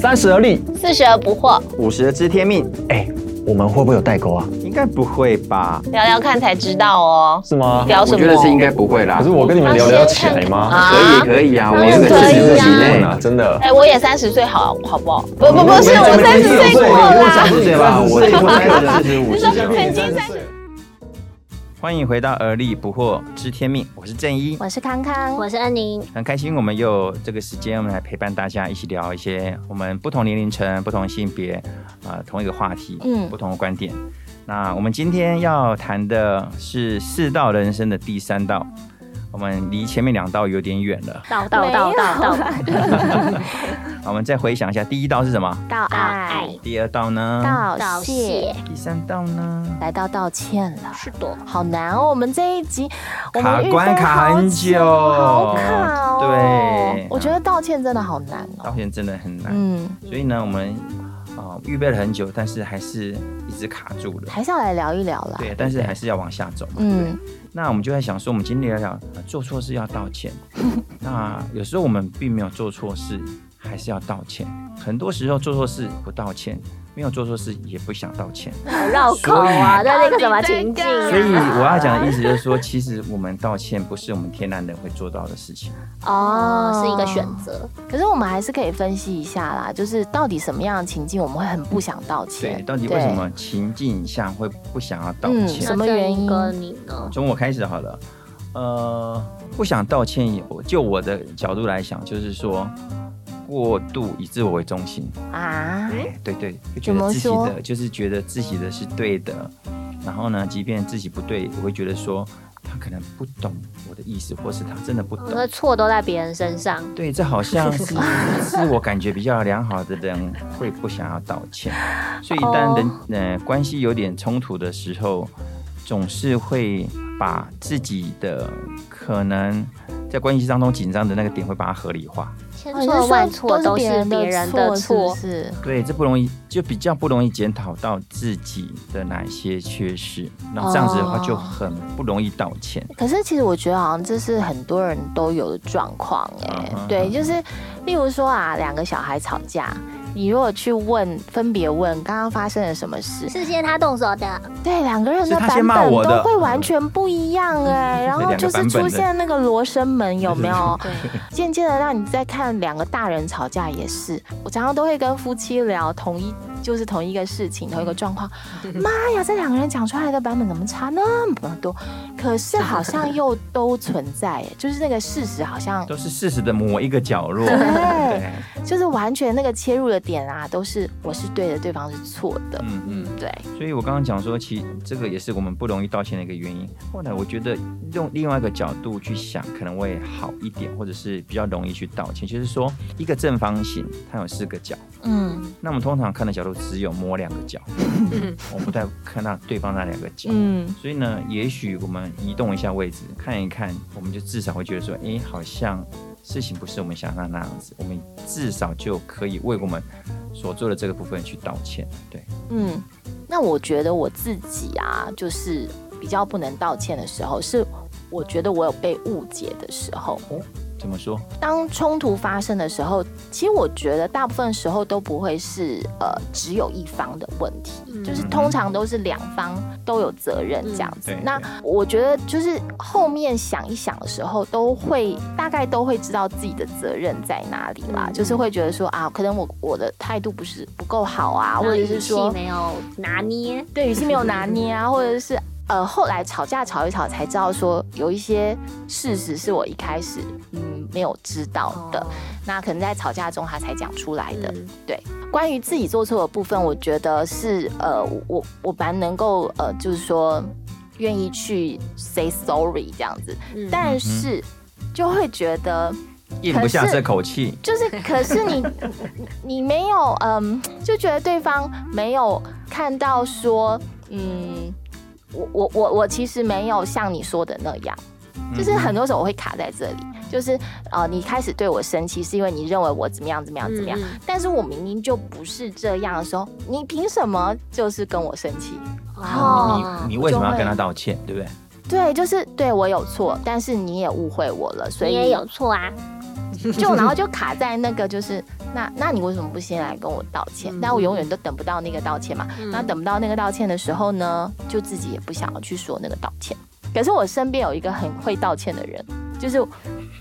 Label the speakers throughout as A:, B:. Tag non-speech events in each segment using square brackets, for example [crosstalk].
A: 三十而立，
B: 四十而不惑，
C: 五十知天命，
A: 哎，我们会不会有代沟啊？
C: 应该不会吧？
B: 聊聊看才知道哦。
A: 是吗？
B: 聊什
D: 我
B: 么？
D: 觉得是应该不会啦
A: 可是。我跟你们聊聊起来吗？
B: 啊
D: 可以可以啊，我
B: 当然
D: 原本
B: 可
D: 四
B: 以
D: 十
B: 啊
D: 几内
A: 啊，真的。
B: 哎、我也三十岁，好好不好？不不不
A: 我
B: 是，
A: 们
B: 我
A: 我们
B: 三十岁过
A: 啊我
B: 啦。
C: 三十岁吧，我
A: 三十岁
C: 我
A: 啊
C: [laughs] 三十五
B: 你
C: 十
B: 说
C: 左右
B: 曾经三十，
C: 欢迎回到《而立不惑知天命》，我是正一，
E: 我是康康，
F: 我是安宁，
C: 很开心我们又有这个时间，我们来陪伴大家一起聊一些我们不同年龄层、不同性别，啊、同一个话题，
B: 嗯
C: 不同的观点。那我们今天要谈的是四道人生的第三道，我们离前面两道有点远了，
E: 到到到到到
C: 我们再回想一下，第一道是什么？
E: 到
F: 到爱
E: 爱，
C: 第二道呢？
E: 道
F: 道
E: 谢
F: 谢，，
C: 第三道呢？
E: 来到道歉了。
F: 是的，
E: 好难哦！我们这一集我们
C: 卡
E: 预
C: 关
E: 备
C: 卡
E: 好
C: 很久
E: 好卡哦。
C: 对
E: 我觉得道歉真的好难哦。
C: 道歉真的很难，
E: 嗯，
C: 所以呢，我们啊、呃预备了很久，但是还是一直卡住了。
E: 还是要来聊一聊啦。
C: 对，但是还是要往下走。
E: 嗯，
C: 那我们就在想说，我们今天聊聊、呃做错事要道歉。那有时候我们并没有做错事，还是要道歉。很多时候做错事不道歉，没有做错事也不想道歉。
F: 好绕口啊，在那个什么情境
C: 所以
F: 啊？
C: 我要讲的意思就是说，其实我们道歉不是我们天然人会做到的事情。
E: 哦
F: 哦，是一个选择，
E: 可是我们还是可以分析一下啦，就是到底什么样的情境我们会很不想道
C: 对，
E: 歉？
C: 到底为什么情境下会不想要道
E: 嗯
C: 歉？
E: 什么原因
F: 跟你呢？
C: 从我开始好了，呃，不想道歉也，就我的角度来想，就是说过度以自我为中心，
E: 对啊？
C: 哎对对，就觉
E: 怎么
C: 得自己
E: 说
C: 的就是觉得自己的是对的，然后呢，即便自己不对，我会觉得说他可能不懂我的意思，或是他真的不
F: 我
E: 哦
F: 的
C: 懂。
F: 错都在别人身上，
C: 对，这好
E: [laughs]
C: 像是自我感觉比较良好的人会不想要道歉，所以一
E: 哦
C: 旦人呃关系有点冲突的时候，总是会把自己的可能在关系当中紧张的那个点会把它合理化。
F: 千
E: 哦你是
F: 错
E: 说
F: 万错
E: 都
F: 都是别人的错，
E: 是不是
C: 对，这不容易，就比较不容易检讨到自己的哪些缺失，那这样子的话
E: 哦
C: 就很不容易道歉。
E: 可是其实我觉得好像这是很多人都有的状况哎
C: 嗯哼，
E: 对，就是例如说啊，两个小孩吵架，你如果去问，分别问刚刚发生了什么事，
F: 是先他动手的，
E: 对，两个人
C: 是
E: 的
C: 他
E: 版
C: 先
E: 本
C: 骂我的嗯
E: 都会完全不一样哎、然后就是出现那个罗生门有
C: [laughs]
E: 没有？渐渐的让你再看两个大人吵架也是，我常常都会跟夫妻聊同一。就是同一个事情，同一个状况。
C: 嗯
E: 妈呀，这两个人讲出来的版本怎么差那么多？可是好像又都存
C: [laughs]
E: 在耶，就是那个事实好像
C: 都是事实的某一个角落，
E: 对
C: 对，
E: 就是完全那个切入的点啊，都是我是对的，对方是错的。
C: 嗯嗯。
E: 对，
C: 所以我刚刚讲说，其这个也是我们不容易道歉的一个原因。后来我觉得用另外一个角度去想，可能会好一点，或者是比较容易去道歉。就是说，一个正方形它有四个角，
E: 嗯
C: 那我们通常看的角度只有摸两个
E: [laughs]
C: 角，我们不太看到对方那两个角。
E: 嗯，
C: 所以呢，也许我们移动一下位置，看一看，我们就至少会觉得说，诶，好像事情不是我们想象那样子，我们至少就可以为我们所做的这个部分去道歉。对，
E: 嗯，那我觉得我自己啊，就是比较不能道歉的时候，是我觉得我有被误解的时候。
C: 怎么说？
E: 当冲突发生的时候，其实我觉得大部分时候都不会是呃只有一方的问题，就是通常都是两方都有责任这样子。
C: 嗯对
E: 那我觉得就是后面想一想的时候，都会大概都会知道自己的责任在哪里
C: 嗯
E: 啦，就是会觉得说啊，可能我我的态度不是不够好啊，或者是
F: 然后
E: 说
F: 语气没有拿捏，
E: 对语气没有拿捏啊，或者是呃后来吵架吵一吵才知道说有一些事实是我一开始嗯没有知道的，
F: 哦
E: 那可能在吵架中他才讲出来的。
F: 嗯
E: 关于自己做错的部分，我觉得是呃我我我蛮能够呃就是说愿意去 say sorry 这样子，
F: 嗯
E: 但是就会觉得。
C: 咽不下
E: 可是
C: 这口气，
E: [laughs] 就是，可是你你你没有，嗯，就觉得对方没有看到说，嗯，我我我我其实没有像你说的那样，就是很多时候我会卡在这里，就是呃，你开始对我生气是因为你认为我怎么样怎么样怎么样，
F: 嗯嗯
E: 但是我明明就不是这样的时候，你凭什么就是跟我生气？
C: 嗯
F: 哦
C: 你，你为什么要跟他道歉，对不对？
E: 对，就是对我有错，但是你也误会我了，所以
F: 你也有错啊，
E: [laughs] 就然后就卡在那个就是那那你为什么不先来跟我道歉？
F: 嗯
E: 但我永远都等不到那个道歉嘛。
F: 嗯
E: 那等不到那个道歉的时候呢，就自己也不想要去说那个道歉。可是我身边有一个很会道歉的人，就是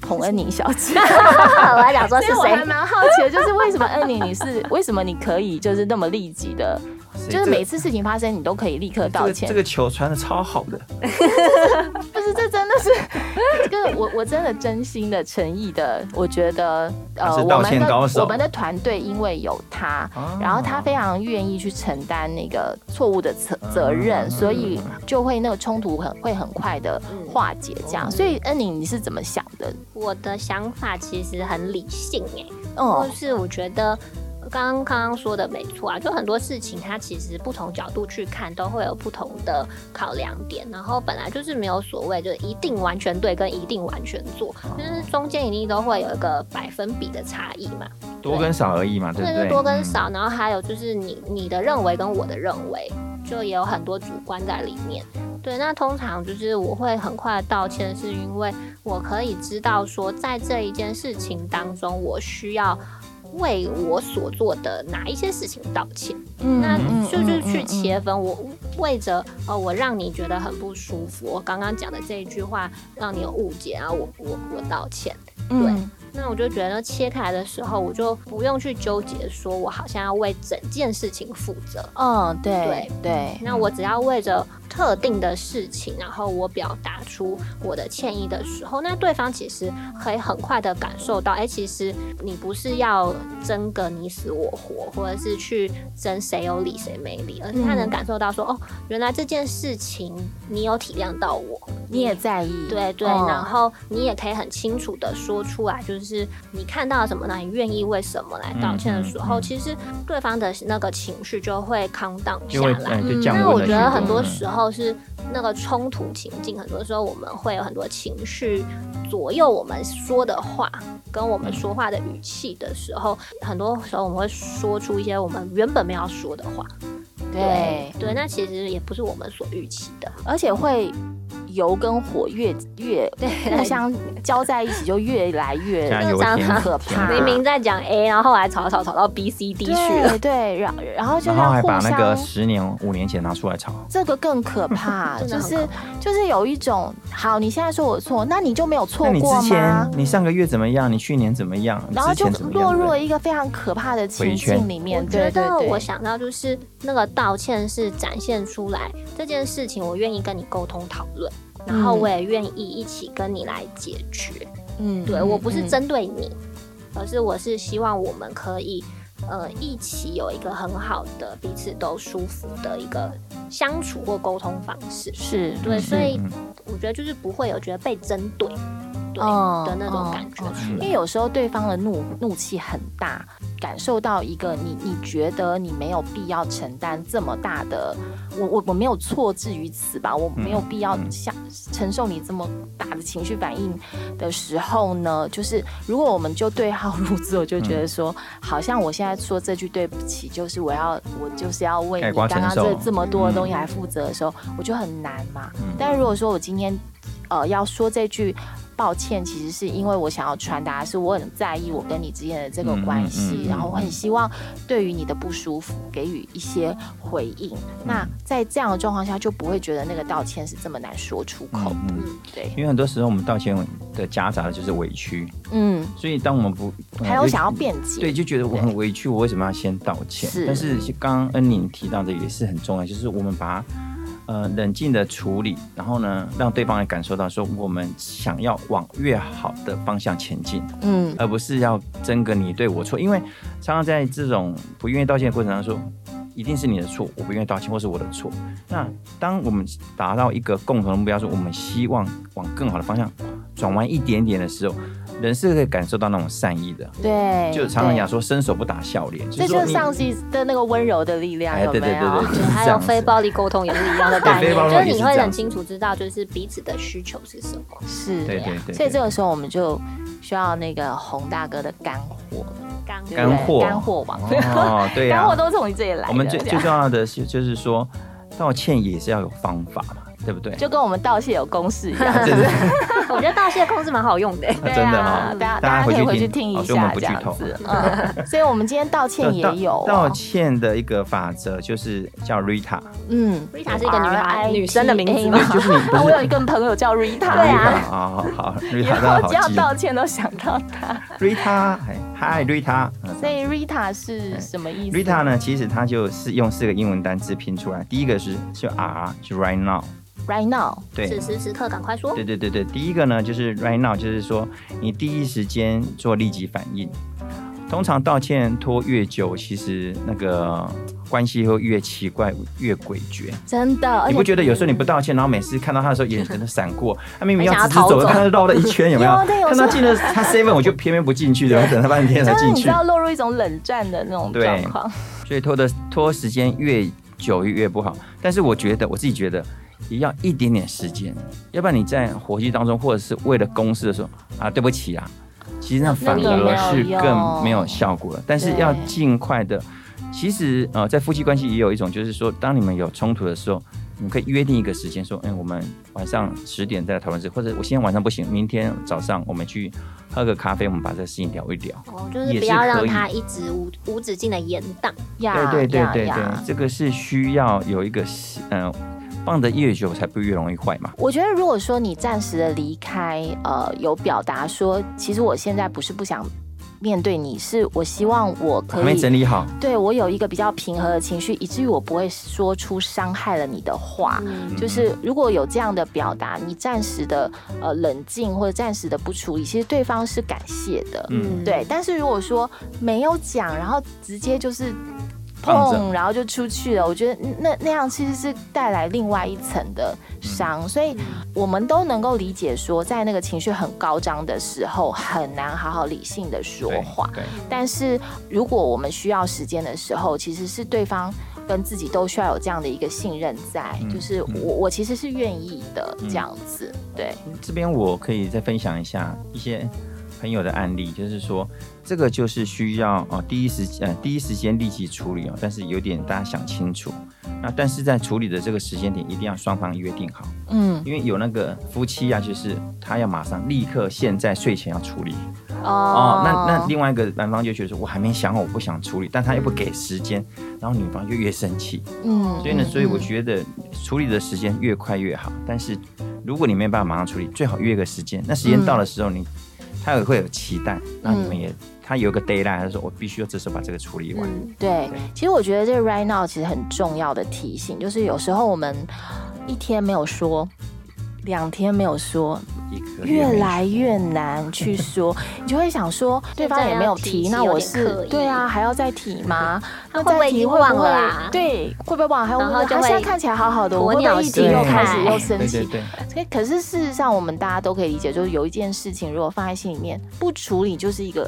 E: 洪恩妮小 [laughs] 姐。
F: [laughs] 我还想说
E: 所
F: 是
E: 以我还
F: 谁？
E: 蛮好奇的，就是为什 [laughs] 么恩妮你是为什么你可以就是那么立即的，
C: 谁
E: 就是
C: 这
E: 每次事情发生你都可以立刻
C: 这
E: 道
C: 个
E: 歉
C: 这？个球传的超好的，
E: 不是，这真的是这个我我真的真心的诚意的，我觉得呃
C: 他是
E: 我
C: 道
E: 们
C: 歉
E: 的
C: 高手
E: 我们的团队因为有他，
C: 啊
E: 然后他非常愿意去承担那个错误的责责任，
C: 嗯
E: 所以就会那个冲突很会很快的化解
C: 嗯
E: 这样。所以恩宁你是怎么想的？
F: 我的想法其实很理性哎、
E: 哦
F: 就，是我觉得刚刚刚刚说的没错啊，就很多事情它其实不同角度去看都会有不同的考量点，然后本来就是没有所谓就是一定完全对跟一定完全错，就是中间一定都会有一个百分比的差异嘛，
C: 多跟少而已嘛，对不嗯
F: 对，
C: 对？
F: 就多跟少，然后还有就是你你的认为跟我的认为，就也有很多主观在里面。对，那通常就是我会很快地道歉，是因为我可以知道说，在这一件事情当中，我需要为我所做的哪一些事情道歉。
E: 嗯
F: 那就就是去切分。我为着呃，我让你觉得很不舒服，我刚刚讲的这一句话让你有误解啊，我我我道歉。对，那我就觉得切开的时候，我就不用去纠结，说我好像要为整件事情负责。
E: 嗯，对对，
F: 那我只要为着特定的事情，然后我表达出我的歉意的时候，那对方其实可以很快的感受到，哎、其实你不是要争个你死我活，或者是去争谁有理谁没理，而是他能感受到说，哦，原来这件事情你有体谅到我，
E: 你也在意，
F: 对对，
C: 哦
E: 嗯
F: 然后你也可以很清楚的说出来，就是你看到了什么呢？你愿意为什么来道歉的时候，
C: 嗯嗯嗯
F: 其实对方的那个情绪就会 calm down
C: 就会
F: 下来。
C: 嗯就
E: 嗯
C: 降温
F: 那
C: 了
F: 我觉得
C: 许
F: 很多
C: 嗯
F: 时候是那个冲突情境，很多时候我们会有很多情绪左右我们说的话，跟我们
C: 嗯
F: 说话的语气的时候，很多时候我们会说出一些我们原本没有要说的话。
E: 对。
F: 对，那其实也不是我们所预期的。
E: 而且会油跟火越越互相交在一起，就越来越
C: 加油
F: 那
C: 添
F: 张
E: 可怕
F: 明明在讲 A，然后后来吵吵吵到 B、C、D 去了。
E: 对对，然然后就
C: 然后
E: 让
C: 还
E: 互
C: 把那个
E: 相。
C: 十年、五年前拿出来炒，
E: 这个更可
F: [laughs]
E: 怕，
F: 真的
E: 就
F: 很
E: 是
F: 可
E: 就是有一种，好，你现在说我错，那你就没有错
C: 那你
E: 过
C: 之前
E: 吗？
C: 你上个月怎么样？你去年怎么样？你
E: 然后
C: 之
E: 就
C: 前怎么样？
E: 落入了
C: 对
E: 一个非常可怕的情
C: 回圈
E: 境里面。
F: 我觉
E: 对对
F: 得
E: 对，
F: 我想到就是那个道歉是展现出来这件事情，我愿意跟你沟通讨论，然后
E: 嗯
F: 我也愿意一起跟你来解决。
E: 嗯
F: 对我不是
E: 嗯
F: 针对你，而是我是希望我们可以呃一起有一个很好的彼此都舒服的一个相处或沟通方式。
E: 是
F: 对，所以
C: 嗯
F: 我觉得就是不会有觉得被针对对
E: 哦
F: 的那种
E: 哦
F: 感觉
E: 哦
F: 出
C: 嗯
E: 因
F: 来。
E: 为有时候对方的怒怒气很大，感受到一个你你觉得你没有必要承担这么大的，我我我没有错置于此吧，我没有必要
C: 嗯
E: 像承受你这么大的情绪反应的时候
C: 嗯
E: 呢，就是如果我们就对号入座，就觉得说，好像我现在说这句对不起，就是我要我就是要为
C: 盖
E: 你
C: 瓜
E: 刚
C: 承
E: 刚
C: 受
E: 这这么多的东
C: 嗯
E: 西来负责的时候，我就很难嘛。
C: 嗯
E: 但如果说我今天呃要说这句抱歉，其实是因为我想要传达的是我很在意我跟你之间的这个关系，
C: 嗯嗯嗯嗯
E: 然后我很希望对于你的不舒服给予一些回应。
C: 嗯
E: 那在这样的状况下，就不会觉得那个道歉是这么难说出口。
C: 嗯嗯，
E: 对，
C: 因为很多时候我们道歉的夹杂的就是委屈，
E: 嗯，
C: 所以当我们不我们
E: 还有
C: 就
E: 想要辩解，
C: 对，就觉得我很委屈，我为什么要先道歉？
E: 是
C: 但是刚刚恩宁提到的也是很重要，就是我们把它呃冷静的处理，然后呢，让对方也感受到说我们想要往越好的方向前进，
E: 嗯，
C: 而不是要争个你对我错。因为常常在这种不愿意道歉的过程当中说，一定是你的错，我不愿意道歉，或是我的错。那当我们达到一个共同的目标，说我们希望往更好的方向转弯一点点的时候，人是可以感受到那种善意的。
E: 对，
C: 就常常
E: 哎对
C: 讲，说伸手不打笑脸，
E: 这
C: 说
E: 就是
C: 你
E: 上级的那个温柔的力量，
C: 哎，
E: 有没
C: 对
E: 有？
C: 对对对，就是
F: 还
C: 这
F: 有
C: 样子
F: 非暴力沟通也是一样的概
C: 对非
F: 念，
C: 暴力
F: 就是
C: 也是
F: 你
C: 这
F: 会
C: 样
F: 很
C: 子
F: 清楚知道，就是彼此的需求是什么。
E: 是，
C: 对对对
E: 啊所以这个时候我们就需要那个洪大哥的干货，
F: 刚
E: 对不对
C: 干货，
E: 干货王， [laughs]
C: 哦，对呀、
E: 干货都是从你这里来的。
C: 我们最
E: 这
C: 最
E: 样
C: 重要的是，就是说，道歉也是要有方法嘛。对不对？
E: 就跟我们道谢有公式一样。
F: [laughs]
C: 对对对
E: [laughs]
F: 我觉得道谢控制蛮好用的。
C: 啊真的哈
E: 对啊大家
C: 大家
E: 可以
C: 回
E: 回
C: 去
E: 去
C: 听
E: 听
C: 好所以我
E: 一
C: 们不
E: 下这
C: 剧透
E: 样子。嗯， [laughs] 所以我们今天道歉也有
C: 道道
E: 啊，
C: 歉的一个法则就是叫 Rita，
E: 嗯，
F: Rita 啊是一个女孩
E: RITA
F: 女生的名字吗？
C: [laughs] 就是你不
E: 啊，
C: 是
E: 我有一个朋友叫
C: [laughs]
E: Rita，
F: 对啊
C: 好好
E: 以
C: ，Rita 真的
E: 后只要
C: 好
E: 道歉都想到她。
C: 记，Rita，哎嗨 Rita，嗯
E: 所以 Rita 是什么意思
C: Rita 呢，其实它就是用四个英文单字拼出来，第一个是是 R，是 right now，
E: ？Right now，
C: 对，
F: 此时此刻，赶快说
C: 对。对对对，第一个呢就是 right now，就是说你第一时间做立即反应。通常道歉拖越久，其实那个关系会越奇怪、越诡谲。
E: 真的，而
C: 你不
E: 且
C: 觉得有时候你不道歉，然后每次看到他的时候眼神都闪过，他明明要
F: 很
C: 直
F: 想
C: 直
F: 要逃
C: 走，
F: 走
C: 看他绕了一圈，有没有？
E: 有对有
C: 看
E: 时
C: 他
E: 候
C: 进了他 seven，我就偏偏不进去，然后等他半天才
E: 真的
C: 进
E: 你知
C: 去。
E: 道落入一种冷战的那种
C: 对
E: 状况。
C: 所以拖的拖时间越久越不好。但是我觉得我自己觉得也要一点点时间，要不然你在火气当中，或者是为了公事的时候啊，对不起啊，其实那反
E: 那个没
C: 而
E: 有
C: 是
E: 用
C: 更没有效果了。但是
E: 对
C: 要尽快的，其实呃，在夫妻关系也有一种，就是说，当你们有冲突的时候。你们可以约定一个时间，说，哎、我们晚上十点再来讨论这，或者我今天晚上不行，明天早上我们去喝个咖啡，我们把这个事情聊一聊。
F: 哦，就是
C: 也
F: 不
C: 是
F: 要
C: 可
F: 让
C: 以
F: 它一直无无止境的延宕。
E: 呀
C: 对对对
E: 呀
C: 对对
E: 呀，
C: 这个是需要有一个时嗯、放得越久才不越容易坏嘛。
E: 我觉得，如果说你暂时的离开，呃，有表达说，其实我现在不是不想面对你，是我希望我可
C: 还没
E: 以
C: 整理好，
E: 对我有一个比较平和的情绪，以至于我不会说出伤害了你的话。
F: 嗯，
E: 就是如果有这样的表达，你暂时的呃冷静或者暂时的不处理，其实对方是感谢的，
C: 嗯，
E: 对。但是如果说没有讲，然后直接就是
C: 放着
E: 碰，然后就出去了，我觉得那那样其实是带来另外一层的
C: 嗯
E: 伤，所以我们都能够理解说，在那个情绪很高涨的时候，很难好好理性的说
C: 对
E: 话。
C: 对，
E: 但是如果我们需要时间的时候，其实是对方跟自己都需要有这样的一个信任在，
C: 嗯
E: 就是
C: 嗯
E: 我我其实是愿意的这样子，对，
C: 这边我可以再分享一下一些朋友的案例，就是说这个就是需要哦、第一时间、呃、第一时间立即处理哦，但是有点大家想清楚。那但是在处理的这个时间点，一定要双方约定好，
E: 嗯，
C: 因为有那个夫妻啊，就是他要马上立刻现在睡前要处理，
E: 嗯
C: 哦，那那另外一个男方就觉得说，我还没想好，我不想处理，但他又不给时间，然后女方就越生气。
E: 嗯
C: 所以呢，所以我
E: 去
C: 觉得处理的时间越快越好。但是如果你没办法马上处理，最好约个时间。那时间到的时候你，他也会有期待，那你们也他有个 d a y l i g h t 他说我必须要这时候把这个处理完。
F: 嗯，
E: 对
C: 对，
E: 其实我觉得这个 right now 其实很重要的提醒，就是有时候我们一天没有说，两天没有说，
C: 一个月
E: 越
C: 没
E: 来越难
F: [laughs]
E: 去说，你就会想说对方也没有提，
F: 现在
E: 那
F: 要提
E: 我
F: 是有点刻
E: 是
F: 意
E: 对啊，还要再提吗？
F: [laughs] 他
E: 那
F: 会不
E: 再
F: 会
E: 提
F: 已经
E: 会不
F: 忘
E: 会
F: 了啊
E: 对，会不会忘了？还会不
F: 然后
E: 会
F: 就
E: 他现在
F: 会
E: 看起来好好的，我
F: 鸵
E: 会不
F: 鸟
E: 会一提
F: 心
E: 又
F: 态
E: 开始又生
C: 对对
E: 气？
C: 对，
E: 所以可是事实上，我们大家都可以理解，就是有一件事情如果放在心里面不处理，就是一个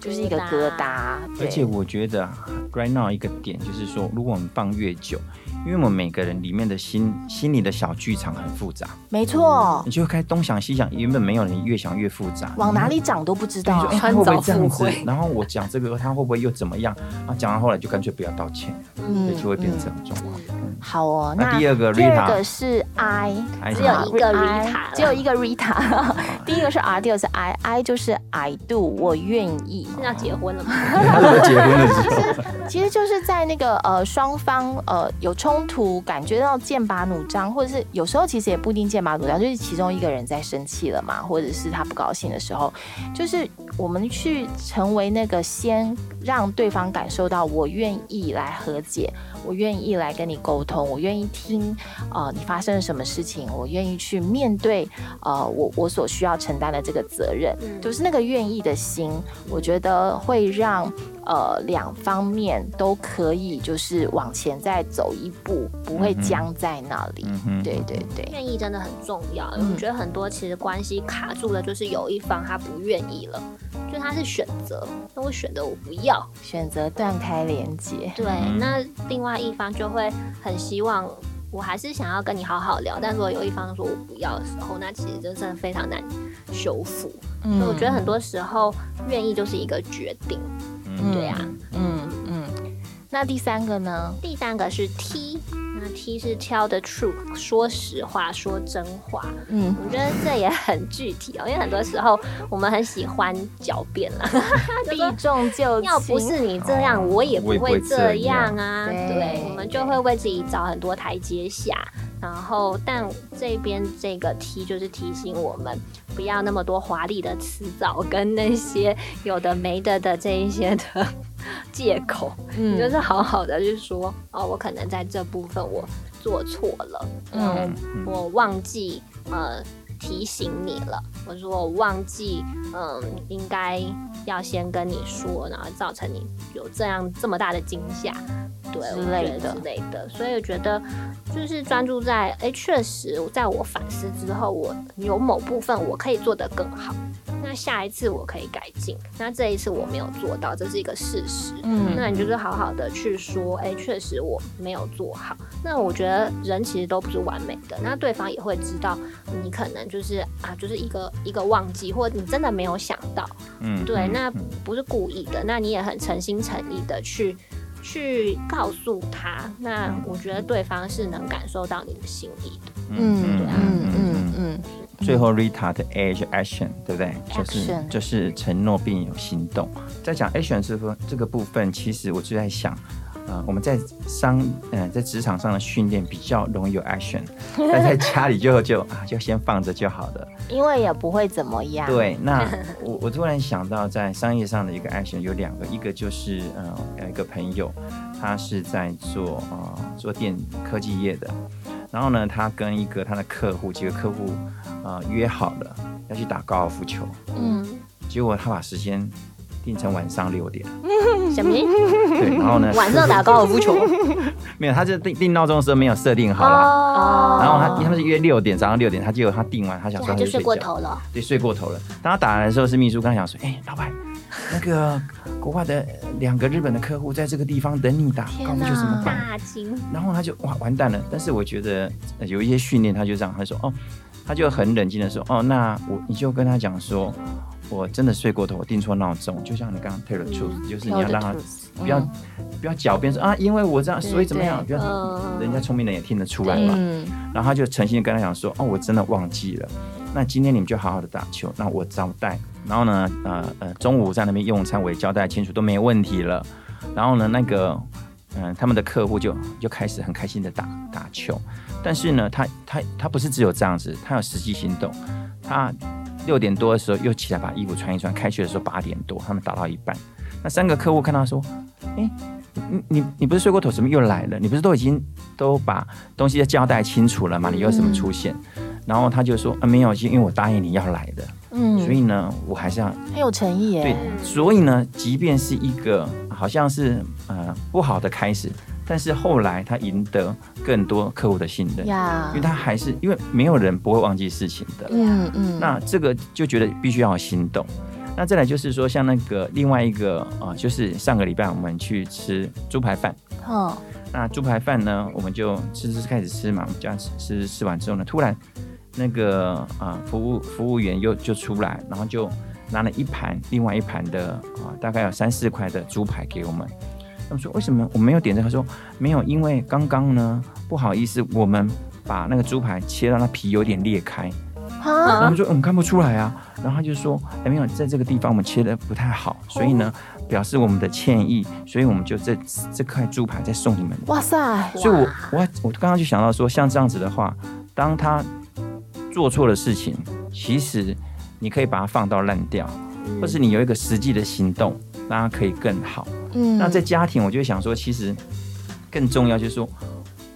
E: 就是一个疙
F: 疙
E: 瘩。
C: 而且
E: 对，
C: 我觉得啊 right now 一个点就是说，如果我们放越久，因为我们每个人里面的心心里的小剧场很复杂，
E: 没错
C: 你，就会开始东想西想，原本没有人，越想越复杂。
E: 往哪里长都不知
C: 对？
E: 道
C: 就。哎他
F: 穿
C: 会不
F: 凿
C: 会这样
F: 附
C: 子
F: 会？
C: 然后我讲这个，他会不会又怎么样？啊，讲到后来就干脆不要道歉，所以就会变成这种状况。
E: 好哦，
C: 那
E: 嗯那
C: 第二个
E: 第二
C: Rita 哎
E: 个是 I，
C: I
F: 只有
E: 啊
F: 一个
E: I，
F: Rita 啦
E: 只有一个 Rita。第 [laughs] 一个是 R，第二个是 I，I 就是 I do，我愿意。
F: 嗯是要结婚了吗？
C: 他如果结婚了之后，
E: 其实就是在那个呃双方呃有冲突，感觉到剑拔弩张，或者是有时候其实也不一定剑拔弩张，就是其中一个人在生气了嘛，或者是他不高兴的时候，就是我们去成为那个先让对方感受到我愿意来和解，我愿意来跟你沟通，我愿意听呃你发生了什么事情，我愿意去面对呃我我所需要承担的这个责任，
F: 嗯
E: 就是那个愿意的心，我觉得会让呃两方面都可以就是往前再走一步，不会
C: 嗯哼
E: 僵在那里。
C: 嗯哼，
E: 对对对，
F: 愿意真的很重要。
E: 嗯
F: 我觉得很多其实关系卡住的，就是有一方他不愿意了，就他是选择，那我选择我不要。
E: 选择断开连接。
F: 对，
C: 嗯
F: 那另外一方就会很希望。我还是想要跟你好好聊，但如果有一方说我不要的时候，那其实真的非常难修复。
E: 嗯
F: 所以我觉得很多时候，愿意就是一个决定。
C: 嗯
F: 对啊，
E: 嗯嗯。那第三个呢？
F: 第三个是 T，那那 T 是 tell the truth，说实话，说真话。
E: 嗯，
F: 我觉得这也很具体哦，因为很多时候我们很喜欢狡辩啦，
E: 避重就轻。
F: 要不是你这样，
C: 哦
F: 我也不
C: 我也不会
F: 会
C: 这
F: 这样啊。
E: 样
F: 对
E: 对，
F: 我们就会为自己找很多台阶下。然后，但这边这个 T 就是提醒我们，不要那么多华丽的辞藻跟那些有的没的的这一些的 [laughs] 借口。你就
E: 嗯，
F: 是好好的去说，哦，我可能在这部分我做错了，嗯
E: 嗯，
F: 我忘记呃提醒你了，我说我忘记，嗯，应该要先跟你说，然后造成你有这样这么大的惊吓，对
E: 之
F: 我觉
E: 类
F: 得
E: 的
F: 之类的，所以我觉得就是专注在，哎，确实在我反思之后，我有某部分我可以做得更好。那下一次我可以改进，那这一次我没有做到，这是一个事实。
E: 嗯
F: 那你就是好好的去说，哎、确实我没有做好。那我觉得人其实都不是完美的，那对方也会知道你可能就是啊，就是一个一个忘记，或你真的没有想到，
C: 嗯
F: 对，
C: 嗯
F: 那
C: 嗯
F: 不是故意的，那你也很诚心诚意的去去告诉他，那
C: 嗯
F: 我觉得对方是能感受到你的心意的。
E: 嗯
C: 嗯
E: 嗯
C: 嗯
E: 嗯嗯，
C: 最后 Rita 的 A 是 action，对不对？就是
E: Action
C: 就是承诺并有行动。在讲 action 这部这个部分，其实我就在想，呃，我们在商呃在职场上的训练比较容易有 action，但在家里就就啊就先放着就好了。
E: 因为也不会怎么样。，
C: 对，
F: [laughs]
C: 那我我突然想到，在商业上的一个 action 有两个，一个就是呃，有一个朋友，他是在做呃做电科技业的，然后呢，他跟一个他的客户几个客户呃约好了要去打高尔夫球，
F: 嗯，
C: 结果他把时间定成晚上六点，
F: 什么？
C: 对，然后呢
F: [laughs] 晚上打高尔夫球？
C: [laughs] 没有，他就定定闹钟的时候没有设定好啦。
E: 哦，
C: 然后他他们是约六点，早上六点，他结果他定完，他想说
F: 他
C: 他
F: 就
C: 去
F: 睡
C: 睡
F: 过
C: 觉
F: 头了。
C: 对，睡过头了。当他打来的时候，是秘书刚想说：“哎、老板，那个国外的呃两个日本的客户在这个地方等你打，
E: 天
C: 搞不就怎么
E: 哪
C: 办
F: 大金，？”
C: 然后他就哇完蛋了。但是我觉得呃有一些训练，他就这样，他说：“哦，他就很冷静的说：哦，那我你就跟他讲说，我真的睡过头，我定错闹钟，就像你刚刚 tell
E: 嗯
C: the truth，、就是你要让他不要、不要狡辩说啊，因为我这样，所以怎么样，不要。
F: 嗯
C: 人家聪明人也听得出来嘛，
E: 嗯，
C: 然后他就诚心的跟他讲说：“哦，我真的忘记了，那今天你们就好好的打球，那我招待。然后呢，呃呃，中午在那边用餐，我也交代清楚，都没问题了。然后呢，那个，嗯、他们的客户就就开始很开心的打打球。但是呢，他他他不是只有这样子，他有实际行动。他六点多的时候又起来把衣服穿一穿，开学的时候八点多，他们打到一半，那三个客户看他说：“哎、你你你不是睡过头，怎么又来了？你不是都已经都把东西都交代清楚了吗？你又怎么出现？”然后他就说：“啊，没有，因为我答应你要来的，所
E: 嗯，
C: 以呢，我还是要
E: 很有诚意
C: 对
E: 耶。，
C: 所以呢，即便是一个好像是呃不好的开始，但是后来他赢得更多客户的信任，
E: 呀
C: 因为，他还是因为没有人不会忘记事情的，
E: 嗯嗯，
C: 那这个就觉得必须要有行动。那再来就是说，像那个另外一个啊、呃就是上个礼拜我们去吃猪排饭，
E: 嗯
C: 那猪排饭呢，我们就吃吃开始吃嘛，我们这样吃吃吃完之后呢，突然那个啊、呃服务服务员又就出来，然后就拿了一盘另外一盘的啊、大概有三四块的猪排给我们。他们说为什么我没有点这个？他说没有，因为刚刚呢不好意思，我们把那个猪排切到那皮有点裂开，然后我
E: 啊，
C: 们说嗯看不出来啊，然后他就说哎没有，在这个地方我们切的不太好，所以呢表示我们的歉意，所以我们就这这块猪排再送你们
E: 哇塞，
C: 所以我我我刚刚就想到说，像这样子的话，当他做错了事情，其实你可以把它放到烂掉，或是你有一个实际的行动，让它可以更好。
E: 嗯，
C: 那在家庭，我就会想说，其实更重要就是说，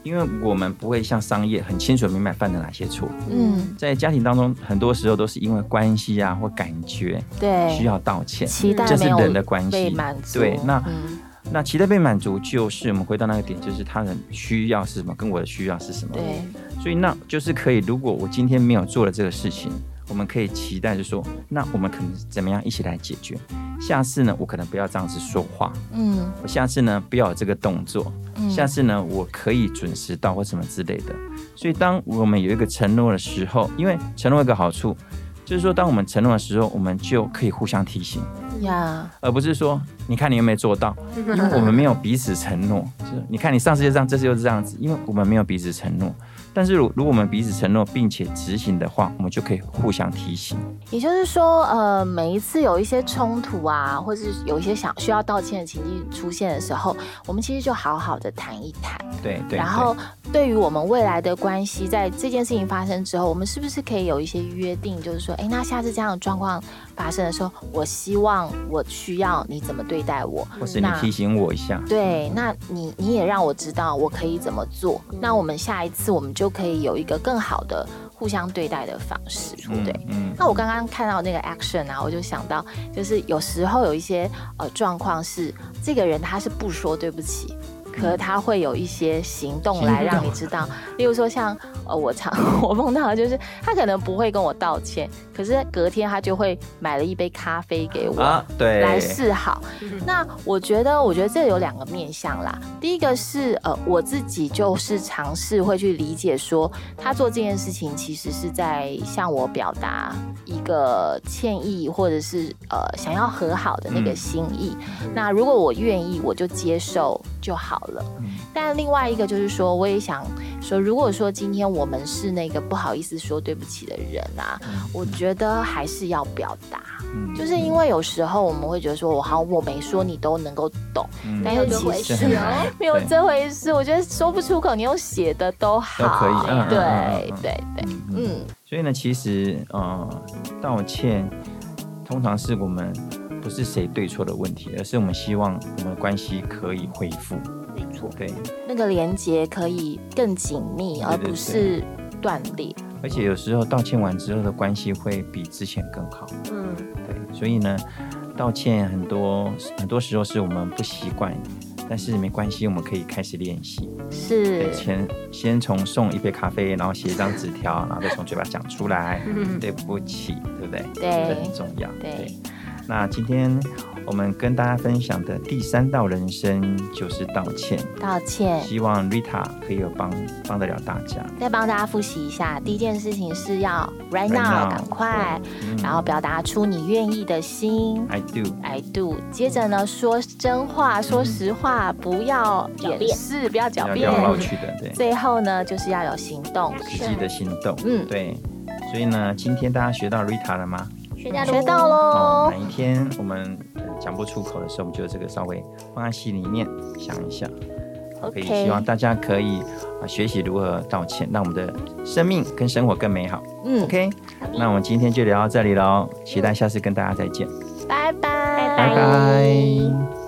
C: 因为我们不会像商业很清楚地明白犯了哪些错，
E: 嗯
C: 在家庭当中，很多时候都是因为关系啊或感觉
E: 对，
C: 需要道歉。
E: 期待
C: 这是
E: 没有
C: 人的关系
E: 被满足，
C: 对那
E: 嗯
C: 那期待被满足，就是我们回到那个点，就是他人需要是什么，跟我的需要是什么。
E: 对，
C: 所以那就是可以，如果我今天没有做了这个事情，我们可以期待就说，那我们可能怎么样一起来解决？下次呢，我可能不要这样子说话，
E: 嗯
C: 我下次呢不要有这个动作，
E: 嗯，
C: 下次呢我可以准时到或什么之类的。所以当我们有一个承诺的时候，因为承诺有一个好处，就是说当我们承诺的时候，我们就可以互相提醒，
E: 嗯呀， [laughs]
C: 而不是说你看你有没有做到，因为我们没有彼此承诺，就是你看你上次就这样，这次又是这样子，因为我们没有彼此承诺。但是如如果我们彼此承诺并且执行的话，我们就可以互相提醒。
E: 也就是说，呃，每一次有一些冲突啊，或是有一些想需要道歉的情境出现的时候，我们其实就好好的谈一谈。
C: 对对对。
E: 然后，对于我们未来的关系，在这件事情发生之后，我们是不是可以有一些约定？就是说，哎，那下次这样的状况发生的时候，我希望我需要你怎么对待我，
C: 或是你
E: 那
C: 提醒我一下。
E: 对，那你你也让我知道我可以怎么做，那我们下一次我们就可以有一个更好的互相对待的方式，
C: 嗯
E: 对。
C: 嗯，
E: 那我刚刚看到那个 action 啊，我就想到，就是有时候有一些呃状况是，这个人他是不说对不起，可是他会有一些嗯行动来让你知道，例如说像呃我常 [laughs] 我碰到的就是他可能不会跟我道歉，可是隔天他就会买了一杯咖啡给我，
C: 啊，对，嗯
E: 来示好。那我觉得，我觉得这有两个面向啦。第一个是呃，我自己就是尝试会去理解说，他做这件事情其实是在向我表达一个歉意，或者是呃想要和好的
C: 嗯
E: 那个心意。那如果我愿意，我就接受就好了。
C: 嗯
E: 但另外一个就是说，我也想说，如果说今天我们是那个不好意思说对不起的人啊，我觉得还是要表达。
C: 嗯
E: 就是因为有时候我们会觉得说，我好像我没说你都能够懂，
C: 嗯
F: 没
E: 但
F: 有
E: 又
F: 就
E: 其
F: 回
E: 实
F: 去
C: 是很
F: 哦。
C: 难
E: 没有
C: 对
E: 这回事。我觉得说不出口，你用写的都好，
C: 都可以嗯嗯嗯
E: 对
C: 嗯嗯
E: 对对，
C: 嗯嗯
E: 嗯，
C: 所以呢，其实呃，道歉通常是我们不是谁对错的问题，而是我们希望我们的关系可以恢复。
F: 没错，
C: 对，
E: 那个连接可以更紧密，而不是断裂。
C: 而且有时候道歉完之后的关系会比之前更好。
F: 嗯，
C: 对，所以呢，道歉很多很多时候是我们不习惯，但是没关系，我们可以开始练习。对，
E: 是，
C: 先先从送一杯咖啡，然后写一张纸条，然后再从嘴巴讲出来，对不起，对不对？
E: 对
C: 这很重要。
E: 对
C: 那今天我们跟大家分享的第三道人生就是道歉，
E: 道歉。
C: 希望 Rita 可以有帮帮得了大家。
E: 再帮大家复习一下，第一件事情是要
C: Right
E: right now，
C: now，
E: 赶快，
C: 嗯
E: 然后表达出你愿意的心。
C: I do，
E: I do。接着呢，说真话，说实话，不要
F: 狡辩
E: 掩饰，不要狡
C: 要
E: 辩
C: 要。绕去的，对，
E: 最后呢，就是要有行动。
C: 实际的行动，
E: 嗯
C: 对。所以呢，今天大家学到 Rita 了吗？
F: 学到
E: 学到
F: 了，
C: 哦，
E: 喽
C: 哪，一天我们呃讲不出口的时候，我们就这个稍微放在心里面想一下。可以
E: OK
C: 希望大家可以啊学习如何道歉，让我们的生命跟生活更美好。
E: 嗯
C: OK，那我们今天就聊到这里喽，期待下次跟大家再见，
E: 拜拜，
C: 拜
E: 拜
C: 拜